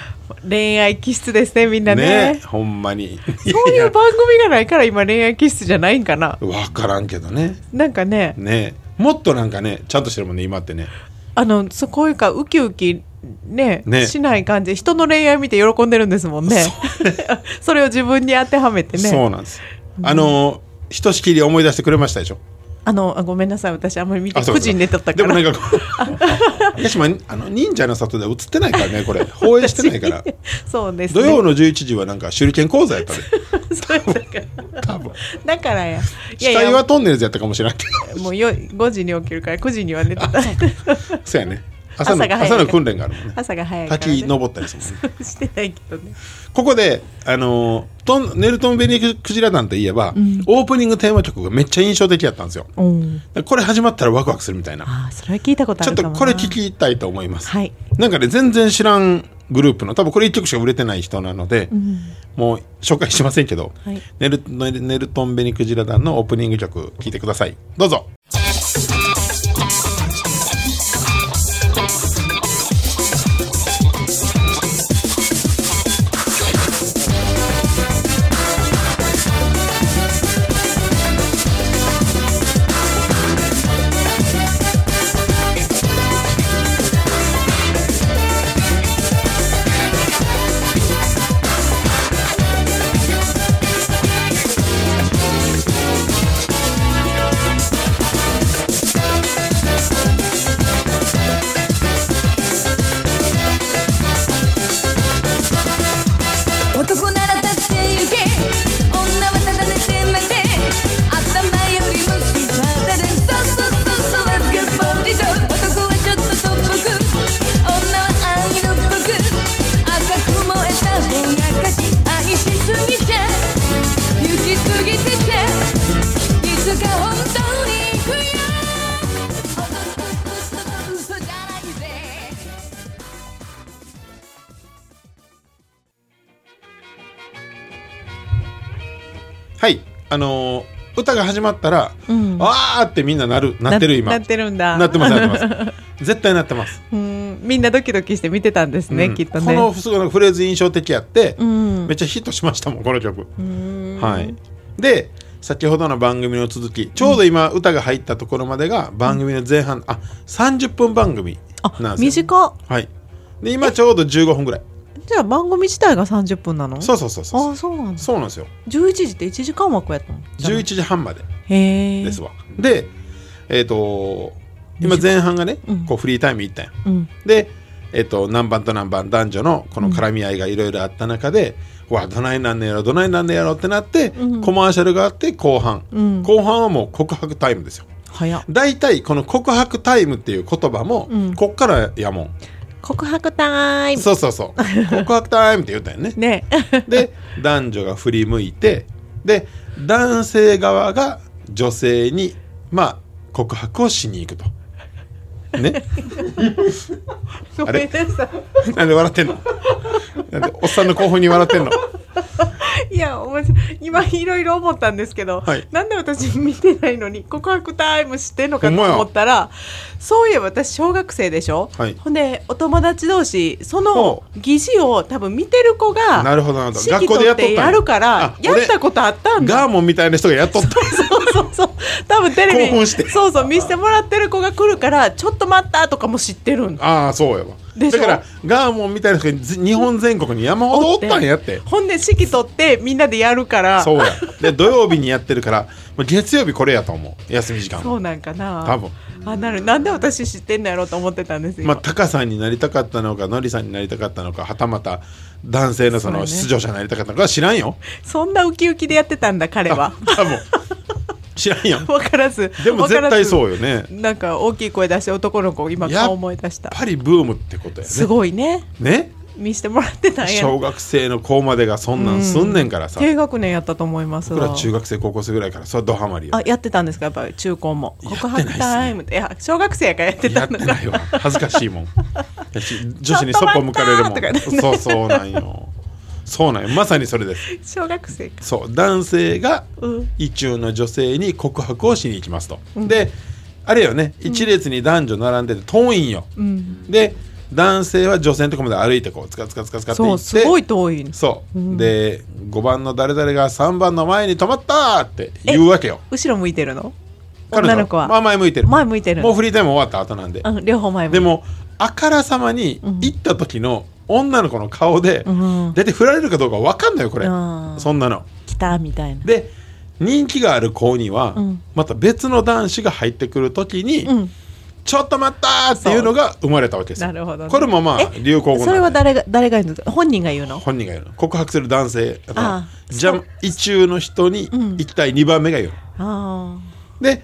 [SPEAKER 2] 恋愛気質ですねみんなね
[SPEAKER 1] ねほんまに
[SPEAKER 2] そう
[SPEAKER 1] い
[SPEAKER 2] い
[SPEAKER 1] や
[SPEAKER 2] う番組がないから今恋愛気質じゃないん かな
[SPEAKER 1] 分からんけどね
[SPEAKER 2] なんかね
[SPEAKER 1] ねもっとなんかねちゃんとしてるもんね今ってね
[SPEAKER 2] あのそうこういうかウキウキね
[SPEAKER 1] ね
[SPEAKER 2] しない感じ人の恋愛見て喜んでるんですもんね それを自分に当てはめてね
[SPEAKER 1] そうなんですよあのひとしきり思い出してくれましたでしょ
[SPEAKER 2] あのあごめんなさい私あんまり見て
[SPEAKER 1] あそう
[SPEAKER 2] 9
[SPEAKER 1] か
[SPEAKER 2] 時に寝とった
[SPEAKER 1] で
[SPEAKER 2] から
[SPEAKER 1] もなんかこう 私もあの忍者の里では映ってないからねこれ 放映してないから
[SPEAKER 2] そうです
[SPEAKER 1] 土
[SPEAKER 2] ね
[SPEAKER 1] 曜の11時はなんか手裏剣講座やったで
[SPEAKER 2] そうだから
[SPEAKER 1] 多分
[SPEAKER 2] だから やい
[SPEAKER 1] 死
[SPEAKER 2] やい
[SPEAKER 1] 体
[SPEAKER 2] や
[SPEAKER 1] はトンネルズやったかもしれないけ
[SPEAKER 2] もうよ5時に起きるから9時には寝てた
[SPEAKER 1] どそうやね朝の
[SPEAKER 2] 朝が
[SPEAKER 1] 朝
[SPEAKER 2] 早いから
[SPEAKER 1] の訓練があるもんね
[SPEAKER 2] 朝が早いから、ね、
[SPEAKER 1] 滝登ったりするもんね
[SPEAKER 2] してないけどね
[SPEAKER 1] ここであのートンネルトンベニクジラ団といえば、オープニングテーマ曲がめっちゃ印象的やったんですよ
[SPEAKER 2] うん
[SPEAKER 1] これ始まったらワクワクするみたいな
[SPEAKER 2] あーそれは聞いたことあ
[SPEAKER 1] ちょっ
[SPEAKER 2] るか
[SPEAKER 1] と
[SPEAKER 2] もな
[SPEAKER 1] これ聞きたいと思います、
[SPEAKER 2] はい
[SPEAKER 1] なんかね全然知らんグループの多分これ一曲しか売れてない人なので、もう紹介しませんけど、
[SPEAKER 2] はい
[SPEAKER 1] ネルネルネルトン・ベニクジラ団のオープニング曲聴いてくださいどうぞ
[SPEAKER 3] 男なら立って行け女はただ寝て待て頭よりもしちゃったでそうそうそうそう Let's get body d 男はちょっととっぽく女はアンギルっぽく赤く燃えたほがかし愛しすぎちゃ行き過ぎてちゃいつか本当に行くよ嘘嘘嘘嘘じゃないぜ
[SPEAKER 1] はいあのー歌が始まったら、わーってみんななるなってる今
[SPEAKER 2] なってるんだ
[SPEAKER 1] なってますなってます絶対なってます、
[SPEAKER 2] うんみんなドキドキして見てたんですね、
[SPEAKER 1] うん
[SPEAKER 2] きっ
[SPEAKER 1] こ
[SPEAKER 2] とね
[SPEAKER 1] のすごいフレーズ印象的やって、
[SPEAKER 2] ん
[SPEAKER 1] めっちゃヒットしましたもんこの曲はいで先ほどの番組の続きちょうど今歌が入ったところまでが番組の前半、あ30分番組なん
[SPEAKER 2] あ
[SPEAKER 1] ですよ
[SPEAKER 2] 短っ
[SPEAKER 1] はいで今ちょうど15分ぐらい
[SPEAKER 2] じゃあ番組自体が30分なの
[SPEAKER 1] そううそうそうそ
[SPEAKER 2] あ
[SPEAKER 1] う
[SPEAKER 2] あそうなんだ
[SPEAKER 1] そうなんですよ
[SPEAKER 2] 11時って1時間枠やったのじゃな
[SPEAKER 1] 11
[SPEAKER 2] い
[SPEAKER 1] 時半まで
[SPEAKER 2] へえ
[SPEAKER 1] ですわ、でえっ、と今前半がね、こうフリータイムいったんや
[SPEAKER 2] うん
[SPEAKER 1] で、えっと何番と何番男女のこの絡み合いがいろいろあった中で、うわどないなんねやろどないなんねやろってなって、コマーシャルがあって後半、
[SPEAKER 2] うん
[SPEAKER 1] 後半はもう告白タイムですよ
[SPEAKER 2] 早っ
[SPEAKER 1] 大体この告白タイムっていう言葉も、
[SPEAKER 2] うん
[SPEAKER 1] こっからやもん、
[SPEAKER 2] 告白タイム
[SPEAKER 1] そうそうそう 告白タイムって言ったよね
[SPEAKER 2] ね
[SPEAKER 1] で男女が振り向いてで男性側が女性にまあ告白をしに行くとね
[SPEAKER 2] ごめんなさい
[SPEAKER 1] なんで笑ってんのなんでおっさんの興奮に笑ってんの
[SPEAKER 2] いや面白い今いろいろ思ったんですけど、
[SPEAKER 1] はい
[SPEAKER 2] なんで私見てないのに告白タイムしてんのかと
[SPEAKER 1] ほんまや
[SPEAKER 2] 思ったらそういえば私小学生でしょ、
[SPEAKER 1] はい
[SPEAKER 2] ほんでお友達同士そ
[SPEAKER 1] ほ
[SPEAKER 2] の疑似を多分見てる子が
[SPEAKER 1] なるほどなるほど
[SPEAKER 2] 指揮取ってやるから
[SPEAKER 1] 学校でやっとった
[SPEAKER 2] や
[SPEAKER 1] んやあ俺
[SPEAKER 2] ったことあったんだ
[SPEAKER 1] ガーモンみたいな人がやっと った
[SPEAKER 2] そうそうそう多分テレビ
[SPEAKER 1] 興奮して
[SPEAKER 2] そうそう見せてもらってる子が来るからちょっと待ったとかも知ってるんだ
[SPEAKER 1] ああそうやわ
[SPEAKER 2] でし
[SPEAKER 1] だか
[SPEAKER 2] ょ
[SPEAKER 1] らガーモンみたいな人が日本全国に山ほどおったんやって
[SPEAKER 2] ほんで指揮取ってみんなでやるから
[SPEAKER 1] そうやで土曜日にやってるからもう月曜日これやと思う休み時間
[SPEAKER 2] そうなんかな
[SPEAKER 1] 多分
[SPEAKER 2] あなるなんで私知ってんのやろうと思ってたんですよ、
[SPEAKER 1] まあ、タカさんになりたかったのかノリさんになりたかったのかはたまた男性のその
[SPEAKER 2] そうね
[SPEAKER 1] 出場者になりたかったのかは知らんよ
[SPEAKER 2] そんなウキウキでやってたんだ彼は
[SPEAKER 1] 多分知らんよ
[SPEAKER 2] 分からず
[SPEAKER 1] でも絶対そう
[SPEAKER 2] よ
[SPEAKER 1] よねやっ
[SPEAKER 2] なんか大きい声出して男の子今
[SPEAKER 1] やっ
[SPEAKER 2] 顔思い出した
[SPEAKER 1] ぱりブームってことや
[SPEAKER 2] す
[SPEAKER 1] ね
[SPEAKER 2] ごいね
[SPEAKER 1] ね
[SPEAKER 2] 見してもらってたんや
[SPEAKER 1] 小学生の子までがそんなんすんねんからさ、
[SPEAKER 2] 低学年やったと思いますわ
[SPEAKER 1] 僕ら中学生高校生ぐらいからそれはドハマりよ
[SPEAKER 2] あやってたんですかやっぱり中高も
[SPEAKER 1] やって
[SPEAKER 2] 告
[SPEAKER 1] ないっすね
[SPEAKER 2] 白タイムってい,、や小学生やからやって
[SPEAKER 1] や
[SPEAKER 2] た
[SPEAKER 1] っ
[SPEAKER 2] の
[SPEAKER 1] て
[SPEAKER 2] か
[SPEAKER 1] ないわ恥ずかしいもんやし女子にそっぽ向かれるも
[SPEAKER 2] ちょっと待ったーとか
[SPEAKER 1] ん
[SPEAKER 2] ね
[SPEAKER 1] そうそうなんよそうなんよまさにそれです
[SPEAKER 2] 小学生か
[SPEAKER 1] そう男性が
[SPEAKER 2] うん
[SPEAKER 1] 意中の女性に告白をしに行きますと、であれよね一列に男女並んでて遠いんよ、
[SPEAKER 2] うん
[SPEAKER 1] で男性は女性のとこまで歩いてこうつかつかつかつかって
[SPEAKER 2] そ
[SPEAKER 1] 行っ
[SPEAKER 2] う
[SPEAKER 1] て
[SPEAKER 2] すごい遠い
[SPEAKER 1] そう、で5番の誰々が3番の前に止まったーって言うわけよ
[SPEAKER 2] 後ろ向いてるの
[SPEAKER 1] 彼女
[SPEAKER 2] 女の子は、
[SPEAKER 1] まあ前向いてる
[SPEAKER 2] 前向いてる
[SPEAKER 1] もうフリータイム終わった後なんで、
[SPEAKER 2] うん両方前向いて
[SPEAKER 1] でもあからさまに行った時の女の子の顔で、
[SPEAKER 2] ん
[SPEAKER 1] 大体振られるかどうか分かんないよこれ、
[SPEAKER 2] うん
[SPEAKER 1] そんなの
[SPEAKER 2] 来たみたいな
[SPEAKER 1] で人気がある子には、
[SPEAKER 2] ん
[SPEAKER 1] また別の男子が入ってくる時に、
[SPEAKER 2] うん
[SPEAKER 1] ちょっと待ったーっていうのが生まれたわけですよ
[SPEAKER 2] なるほどね
[SPEAKER 1] これもまあ
[SPEAKER 2] え
[SPEAKER 1] 流行語なんで
[SPEAKER 2] それは誰が誰が言うんですか本人が言うの
[SPEAKER 1] 本人が言うの告白する男性あの
[SPEAKER 2] ああ
[SPEAKER 1] じゃ意中の人に
[SPEAKER 2] ん
[SPEAKER 1] 行きたい2番目が言うの、
[SPEAKER 2] あ
[SPEAKER 1] で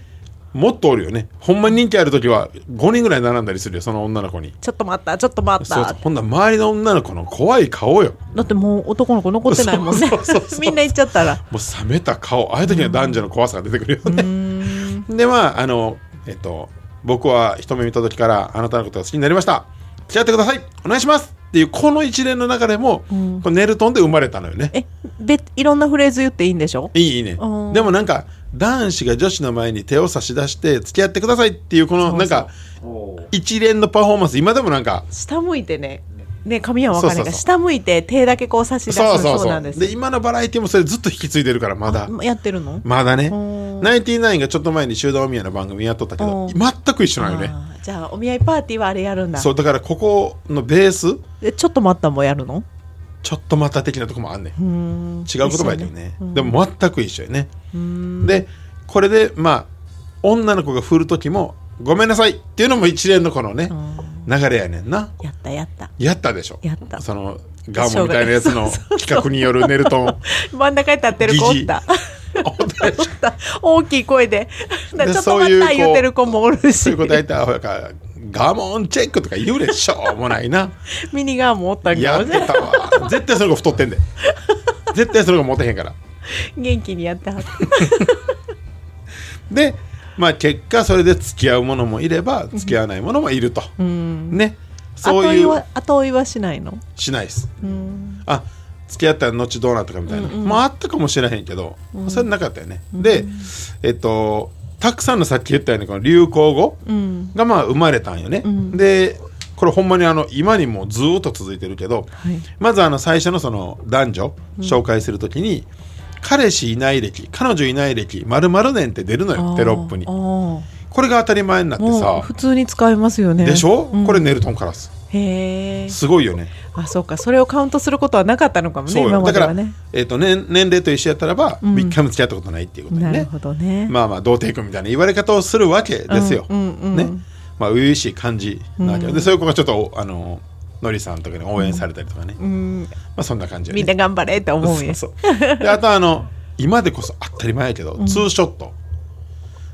[SPEAKER 1] もっとおるよねほんまに人気ある時は5人ぐらい並んだりするよその女の子に
[SPEAKER 2] ーちょっと待ったちょっと待った
[SPEAKER 1] そうそうほんなら周りの女の子の怖い顔よ
[SPEAKER 2] だってもう男の子残ってないもん
[SPEAKER 1] そ
[SPEAKER 2] ね
[SPEAKER 1] うそうそうそう
[SPEAKER 2] みんな行っちゃったら
[SPEAKER 1] もう冷めた顔ああいう時には男女の怖さが出てくるよね。 でまああのえっと僕は一目見た時からあなたのことが好きになりました付き合ってくださいお願いしますっていうこの一連の中でも、これネルトンで生まれたのよね。
[SPEAKER 2] えべいろんなフレーズ言っていいんでしょ
[SPEAKER 1] いいいいね
[SPEAKER 2] うん
[SPEAKER 1] でもなんか男子が女子の前に手を差し出して付き合ってくださいっていうこのなんか一連のパフォーマンス今でもなんか
[SPEAKER 2] 下向いてねね髪は分からな
[SPEAKER 1] そ
[SPEAKER 2] い
[SPEAKER 1] う
[SPEAKER 2] か
[SPEAKER 1] そう
[SPEAKER 2] ら
[SPEAKER 1] そう
[SPEAKER 2] 下向いて手だけこう差し出す
[SPEAKER 1] そうそう
[SPEAKER 2] そう
[SPEAKER 1] そ
[SPEAKER 2] な
[SPEAKER 1] うんで
[SPEAKER 2] です
[SPEAKER 1] 今のバラエティもそれずっと引き継いでるからまだ
[SPEAKER 2] やってるの
[SPEAKER 1] まだね
[SPEAKER 2] うん
[SPEAKER 1] ナインティナインがちょっと前に修道宮の番組やっとったけど
[SPEAKER 2] うん
[SPEAKER 1] 全く一緒なのよね
[SPEAKER 2] あーじゃあお見合いパーティーはあれやるんだ
[SPEAKER 1] そうだからここのベース
[SPEAKER 2] でちょっと待ったもやるの
[SPEAKER 1] ちょっとまた的なとこもあんねん
[SPEAKER 2] うーん
[SPEAKER 1] 違う言葉やけどね
[SPEAKER 2] 一緒
[SPEAKER 1] でも全く一緒やねでこれでまあ女の子が振る時も「ごめんなさい」っていうのも一連のこのね
[SPEAKER 2] ん
[SPEAKER 1] 流れやねんな
[SPEAKER 2] やったやった
[SPEAKER 1] やったでしょ
[SPEAKER 2] やった
[SPEAKER 1] そのガーモンみたいなやつの企画によるネルトン
[SPEAKER 2] 真ん中に立ってる子おった
[SPEAKER 1] おったでしょ
[SPEAKER 2] おった大きい声で「
[SPEAKER 1] で
[SPEAKER 2] ちょっと待った」
[SPEAKER 1] そういう子
[SPEAKER 2] 言ってる子もおる
[SPEAKER 1] そうい
[SPEAKER 2] し
[SPEAKER 1] うこと大体アホやから「ガーモンチェック」とか言うでしょうもないな
[SPEAKER 2] ミニガーもおったんか
[SPEAKER 1] や
[SPEAKER 2] も
[SPEAKER 1] っ
[SPEAKER 2] してれん
[SPEAKER 1] たわ絶対その子太ってんで絶対その子モテへんから
[SPEAKER 2] 元気にやってはった
[SPEAKER 1] でまあ結果それで付き合うものもいれば付き合わないものもいると、ね そう
[SPEAKER 2] 後追
[SPEAKER 1] い
[SPEAKER 2] いうは後追いはしないの
[SPEAKER 1] しないです、あ付き合ったら後どうなったかみたいな、まああったかもしれへんけど、それなかったよね、でえっとたくさんのさっき言ったようにこの流行語がまあ生まれたんよね、でこれほんまにあの今にもずーっと続いてるけど、
[SPEAKER 2] はい
[SPEAKER 1] まずあの最初のその男女紹介するときに、彼氏いない歴彼女いない歴まる年って出るのよテロップに
[SPEAKER 2] あーも
[SPEAKER 1] これが当たり前になって
[SPEAKER 2] う
[SPEAKER 1] さ
[SPEAKER 2] 普通に使いますよね
[SPEAKER 1] でしょ、
[SPEAKER 2] うん
[SPEAKER 1] これネルトンカラス
[SPEAKER 2] へえ
[SPEAKER 1] すごいよね
[SPEAKER 2] あそうかそれをカウントすることはなかったのかもね
[SPEAKER 1] そう
[SPEAKER 2] 今
[SPEAKER 1] よ
[SPEAKER 2] ま
[SPEAKER 1] だ
[SPEAKER 2] で
[SPEAKER 1] か
[SPEAKER 2] は
[SPEAKER 1] ら、
[SPEAKER 2] ね
[SPEAKER 1] えっと年年齢と一緒やったらば、
[SPEAKER 2] ん
[SPEAKER 1] 一回も付き合ったことないっていうこと
[SPEAKER 2] な
[SPEAKER 1] に
[SPEAKER 2] る
[SPEAKER 1] ね
[SPEAKER 2] ほどね、
[SPEAKER 1] まあまあ童貞君みたいな言われ方をするわけですよ、
[SPEAKER 2] うんうんうん
[SPEAKER 1] ねまあ初々しい感じなわけよ、でそういう子がちょっとあののりさんとかに応援されたりとかね、ま
[SPEAKER 2] うん
[SPEAKER 1] あそんな感じよね
[SPEAKER 2] みんな頑張れって思うんや
[SPEAKER 1] そうそうであとあの今でこそ当たり前やけど、ツーショット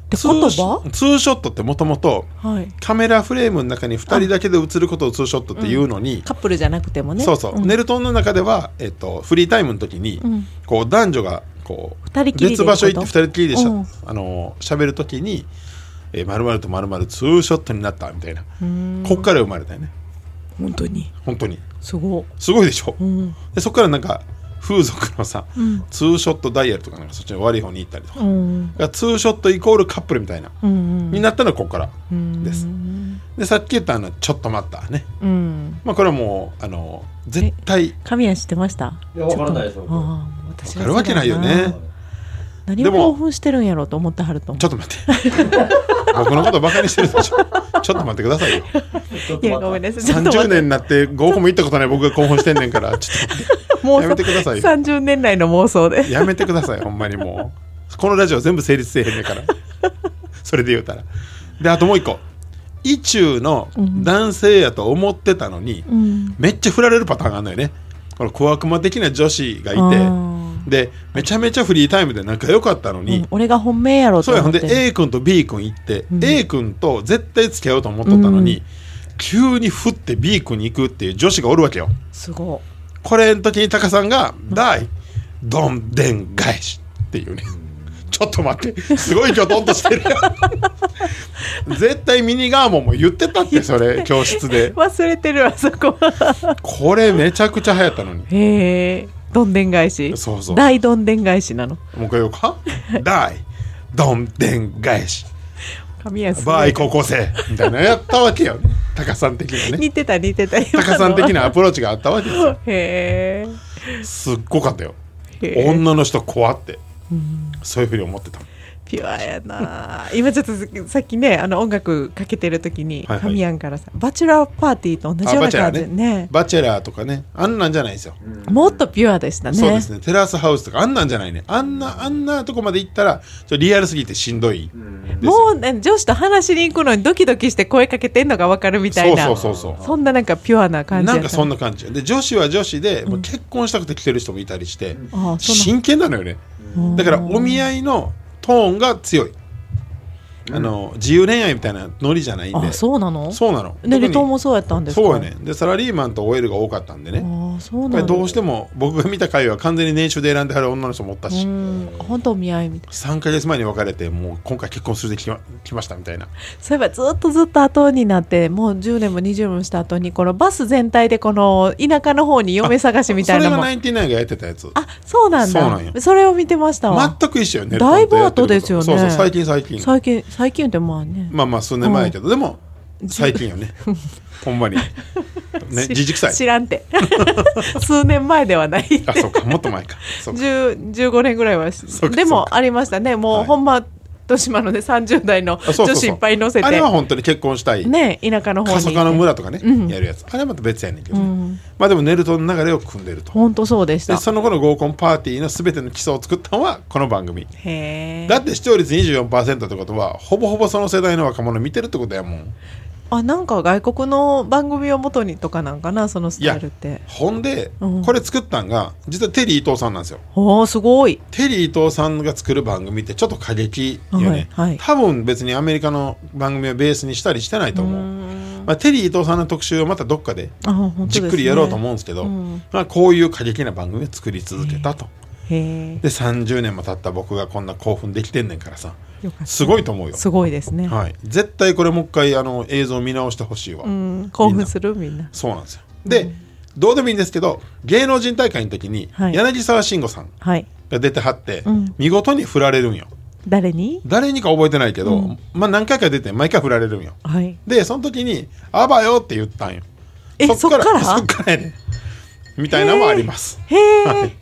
[SPEAKER 1] ツーシ
[SPEAKER 2] 言葉
[SPEAKER 1] ツーショットってもともと
[SPEAKER 2] はい
[SPEAKER 1] カメラフレームの中に2人だけで映ることをツーショットっていうのに、
[SPEAKER 2] カップルじゃなくてもね
[SPEAKER 1] そうそう、
[SPEAKER 2] ん
[SPEAKER 1] ネルトンの中では、えっと、フリータイムの時に、
[SPEAKER 2] ん
[SPEAKER 1] こう男女がこう
[SPEAKER 2] 二人きりで
[SPEAKER 1] 別場所行って2人きりでしゃ、
[SPEAKER 2] うん
[SPEAKER 1] あの喋る時に「えー、〇〇と〇〇ツーショットになった」みたいなこっから生まれたよね
[SPEAKER 2] 本当に
[SPEAKER 1] 本当に
[SPEAKER 2] すごい
[SPEAKER 1] すごいでしょ、でそこからなんか風俗のさ、ツーショットダイヤルとかなんかそっちの悪い方に行ったりとか、
[SPEAKER 2] うん
[SPEAKER 1] がツーショットイコールカップルみたいな、
[SPEAKER 2] うん
[SPEAKER 1] になったのはここから
[SPEAKER 2] うん
[SPEAKER 1] です。でさっき言ったあの「ちょっと待った」ね、
[SPEAKER 2] うん
[SPEAKER 1] まあ、これはもうあの絶対
[SPEAKER 2] 神谷知ってました
[SPEAKER 4] いやわからないです
[SPEAKER 2] ちょっと
[SPEAKER 4] 僕
[SPEAKER 2] ああ私
[SPEAKER 1] わかるわけないよね
[SPEAKER 2] 何
[SPEAKER 1] で
[SPEAKER 2] を
[SPEAKER 1] も
[SPEAKER 2] 興奮してるんやろうと思ってはると思
[SPEAKER 1] ちょっと待って 僕のことバカにしてるでしょちょっと待ってくださいよ
[SPEAKER 4] ちょっ
[SPEAKER 2] うい
[SPEAKER 4] と
[SPEAKER 2] や
[SPEAKER 4] 待
[SPEAKER 2] ごめん
[SPEAKER 4] っ
[SPEAKER 2] なさいちょっと待
[SPEAKER 1] 30
[SPEAKER 2] って
[SPEAKER 1] 年になって合コンも行ったことない僕が興奮してんねんからちょっと
[SPEAKER 2] もう
[SPEAKER 1] やめてくださいよ
[SPEAKER 2] 30年来の妄想で
[SPEAKER 1] やめてくださいほんまにもうこのラジオ全部成立せえへんねんからそれで言うたらであともう一個意中の男性やと思ってたのに、めっちゃ振られるパターンがあるのよねこの小悪魔的な女子がいて
[SPEAKER 2] うん
[SPEAKER 1] でめちゃめちゃフリータイムで仲良かったのに、
[SPEAKER 2] うん俺が本命やろうと
[SPEAKER 1] そうやほ
[SPEAKER 2] 思
[SPEAKER 1] ん
[SPEAKER 2] って
[SPEAKER 1] で A 君と B 君行って、A 君と絶対付き合おうと思っとったのに、急に振って B 君に行くっていう女子がおるわけよ
[SPEAKER 2] すご
[SPEAKER 1] これの時にタカさんが「大どんでん返し」っていうねちょっと待ってすごいきょとんとしてるよ絶対ミニガーモンも言ってたってそれ教室
[SPEAKER 2] い
[SPEAKER 1] で
[SPEAKER 2] 忘れてるわそこは
[SPEAKER 1] これめちゃくちゃ流行ったのに
[SPEAKER 2] へえどんでん返し
[SPEAKER 1] そうそう
[SPEAKER 2] 大どんでん返しなの
[SPEAKER 1] もう一回言おうか「大どんでん返し」
[SPEAKER 2] 神谷さん
[SPEAKER 1] バイ高校生みたいなのやったわけよねタカさん的なね
[SPEAKER 2] 似てた似てた今
[SPEAKER 1] タ
[SPEAKER 2] の
[SPEAKER 1] カさん的なアプローチがあったわけです よ
[SPEAKER 2] へ
[SPEAKER 1] すっごかったよ
[SPEAKER 2] え
[SPEAKER 1] 女の人怖ってそういうふうに思ってた
[SPEAKER 2] ピュアやな今ちょっとさっきねあの音楽かけてる時に
[SPEAKER 1] はいはい
[SPEAKER 2] 神谷からさ「バチュラーパーティー」と同じような感じでね
[SPEAKER 1] バチェラーとかねあんなんじゃないですよ
[SPEAKER 2] もっとピュアでしたね
[SPEAKER 1] そうですねテラスハウスとかあんなんじゃないねあんなあんなとこまで行ったらちょっとリアルすぎてしんどいですよ
[SPEAKER 2] もうね女子と話しに行くのにドキドキして声かけてんのが分かるみたいな
[SPEAKER 1] そうそうそうそう
[SPEAKER 2] そんななんかピュアな感じや
[SPEAKER 1] なん
[SPEAKER 2] った
[SPEAKER 1] かそんな感じで女子は女子でもう結婚したくて来てる人もいたりして
[SPEAKER 2] ああそう
[SPEAKER 1] 真剣なのよねだからお見合いのトーンが強いあの自由恋愛みたいなノリじゃないん
[SPEAKER 2] な
[SPEAKER 1] で
[SPEAKER 2] あそうなの
[SPEAKER 1] そうなの
[SPEAKER 2] ね
[SPEAKER 1] 特
[SPEAKER 2] 離
[SPEAKER 1] に
[SPEAKER 2] 島もそうやったんですか
[SPEAKER 1] そうやねでサラリーマンと OL が多かったんでね
[SPEAKER 2] ああそう
[SPEAKER 1] やっぱ
[SPEAKER 2] な
[SPEAKER 1] り
[SPEAKER 2] の
[SPEAKER 1] どうしても僕が見た回は完全に年収で選んではる女の人もおったし、
[SPEAKER 2] うん本当お見合いみたい
[SPEAKER 1] 3か月前に別れてもう今回結婚するできま来ましたみたいな
[SPEAKER 2] そういえばずっとずっと後になってもう10年も20年もした後にこのバス全体でこの田舎の方に嫁探しみたいな
[SPEAKER 1] それ
[SPEAKER 2] も
[SPEAKER 1] が
[SPEAKER 2] ん
[SPEAKER 1] ナインティナインがやってたやつ
[SPEAKER 2] あそうなんだ
[SPEAKER 1] そうなんよ
[SPEAKER 2] それを見てましたわ、
[SPEAKER 1] 全く一緒よね
[SPEAKER 2] だいぶ後ですよね
[SPEAKER 1] そうそう最近最近
[SPEAKER 2] 最近最近ってまあね、
[SPEAKER 1] まあまあ数年前やけど、でも最近よねほんまに ねじじくさい
[SPEAKER 2] 知らんて 数年前ではない
[SPEAKER 1] あそうかもっと前かそうか
[SPEAKER 2] 10 15年ぐらいは
[SPEAKER 1] うか
[SPEAKER 2] で
[SPEAKER 1] そう
[SPEAKER 2] も
[SPEAKER 1] か
[SPEAKER 2] ありましたねも
[SPEAKER 1] は
[SPEAKER 2] う
[SPEAKER 1] い
[SPEAKER 2] ほんま豊島のね30代の
[SPEAKER 1] あそうそうそう
[SPEAKER 2] 女子いっぱい乗せ
[SPEAKER 1] あれ
[SPEAKER 2] て
[SPEAKER 1] は本当に結婚したい、
[SPEAKER 2] ね田舎の方
[SPEAKER 1] 過
[SPEAKER 2] に
[SPEAKER 1] 疎化の村とかね、やるやつあれはまた別やねんけどね、まあでもネルトの流れを組んでると
[SPEAKER 2] 本当そうでし
[SPEAKER 1] で
[SPEAKER 2] た
[SPEAKER 1] その後の合コンパーティーの全ての基礎を作ったのはこの番組
[SPEAKER 2] へえ
[SPEAKER 1] だって視聴率24%ってことはほぼほぼその世代の若者見てるってことやもん
[SPEAKER 2] あなんか外国の番組を元にとかなんかなそのス
[SPEAKER 1] いや
[SPEAKER 2] タイルって
[SPEAKER 1] ほんで、
[SPEAKER 2] うん
[SPEAKER 1] これ作ったんが実はテリー伊藤さんなんですよ
[SPEAKER 2] おおすごい
[SPEAKER 1] テリー伊藤さんが作る番組ってちょっと過激よね、
[SPEAKER 2] はいはい
[SPEAKER 1] 多分別にアメリカの番組をベースにしたりしてないと思うまあ、テリー伊藤さんの特集をまたどっかで
[SPEAKER 2] あ本当です
[SPEAKER 1] じっ
[SPEAKER 2] ね
[SPEAKER 1] くりやろうと思うんですけど
[SPEAKER 2] ん
[SPEAKER 1] まあ、こういう過激な番組を作り続けたと、
[SPEAKER 2] へ
[SPEAKER 1] で30年も経った僕がこんな興奮できてんねんからさ
[SPEAKER 2] えよかっ
[SPEAKER 1] すごいと思うよ
[SPEAKER 2] た、すごいですね、
[SPEAKER 1] はい、絶対これもう一回あの映像見直してほしいわ、
[SPEAKER 2] うん興奮するみんな
[SPEAKER 1] そうなんですよで、どうでもいいんですけど芸能人大会の時に
[SPEAKER 2] はい
[SPEAKER 1] 柳沢慎吾さん
[SPEAKER 2] はい
[SPEAKER 1] が出てはって、
[SPEAKER 2] ん
[SPEAKER 1] 見事に振られるんよ
[SPEAKER 2] 誰に
[SPEAKER 1] 誰にか覚えてないけど、まあ何回か出て毎回振られるんよ
[SPEAKER 2] はい
[SPEAKER 1] でその時に「あばよ」って言ったんよ
[SPEAKER 2] えそっから
[SPEAKER 1] そっからやねみたいなのもあります
[SPEAKER 2] へえ、
[SPEAKER 1] はい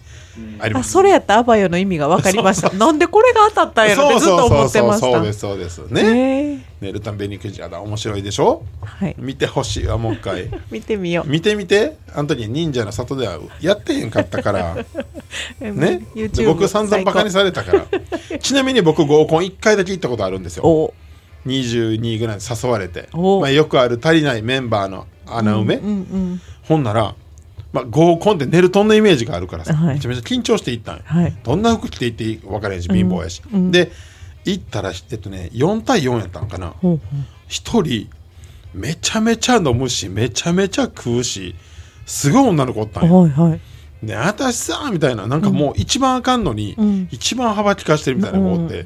[SPEAKER 1] ありま
[SPEAKER 2] あ
[SPEAKER 1] す
[SPEAKER 2] それやったらアバヨの意味が分かりましたなんでこれが当たったんやろってずっと思ってました
[SPEAKER 1] そうそうそうそうですそうですね、
[SPEAKER 2] へえ
[SPEAKER 1] ねルタン・ベニクジアだ面白いでしょ
[SPEAKER 2] はい
[SPEAKER 1] 見てほしいわもう一回
[SPEAKER 2] 見てみよう、
[SPEAKER 1] 見てみてあの時忍者の里ではやってへんかったからね
[SPEAKER 2] YouTube
[SPEAKER 1] で僕散々バカにされたからちなみに僕合コン1回だけ行ったことあるんですよ
[SPEAKER 2] お
[SPEAKER 1] 22ぐらいに誘われて、
[SPEAKER 2] お
[SPEAKER 1] まあ、よくある足りないメンバーの穴埋め、ほんなら、まあ、合コンってネルトンのイメージがあるからさ、
[SPEAKER 2] はい
[SPEAKER 1] めちゃめちゃ緊張して行ったんよ、
[SPEAKER 2] はい
[SPEAKER 1] どんな服着て行っていいか分からへんし貧乏やし、で行ったらえっとね4対4やったんかな
[SPEAKER 2] ほうほう
[SPEAKER 1] 一人めちゃめちゃ飲むしめちゃめちゃ食うしすごい女の子おったんよ
[SPEAKER 2] はいはい
[SPEAKER 1] ねえ私さみたいななんかもう一番あかんのに、一番幅利かしてるみたいな子おって、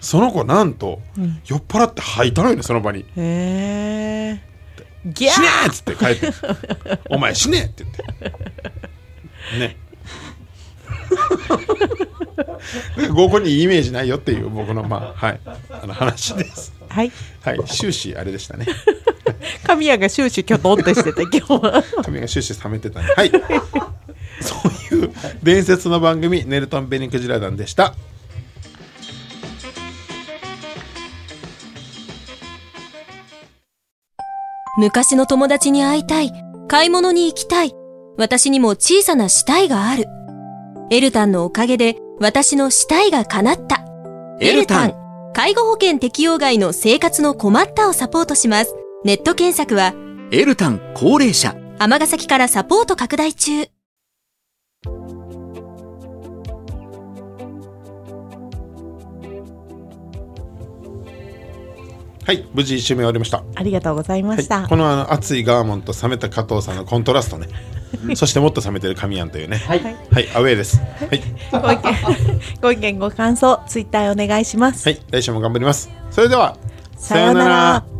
[SPEAKER 1] その子なんと、酔っ払って吐いたのよねその場に
[SPEAKER 2] へえ
[SPEAKER 1] 「
[SPEAKER 2] ギャ
[SPEAKER 1] 死ね!」
[SPEAKER 2] ー
[SPEAKER 1] っつって帰って「お前死ね!」って言ってね合コンにいいイメージないよっていう僕のまあはいあの話です
[SPEAKER 2] はい
[SPEAKER 1] はい終始あれでした ね
[SPEAKER 2] 神谷が終始きょとんとしてた今日は
[SPEAKER 1] 髪が終始冷めてたねはい そういう伝説の番組「ネルトン・ベニクジラ団」でした
[SPEAKER 3] 昔の友達に会いたい。買い物に行きたい。私にも小さな死体がある。エルタンのおかげで私の死体が叶った。
[SPEAKER 5] エルタン
[SPEAKER 3] ン介護保険適用外の生活の困ったをサポートします。ネット検索は、
[SPEAKER 5] エルタン高齢者
[SPEAKER 3] 尼崎からサポート拡大中。
[SPEAKER 1] はい無事一周目終わりました
[SPEAKER 2] ありがとうございました、
[SPEAKER 1] はい、 このあの熱いガーモンと冷めた加藤さんのコントラス トねそしてもっと冷めてる神庵というねはい、アウェーですはい、
[SPEAKER 2] ご意見ご意見ご感想ツイッターお願いします、
[SPEAKER 1] はい、来週も頑張りますそれでは
[SPEAKER 2] さようなら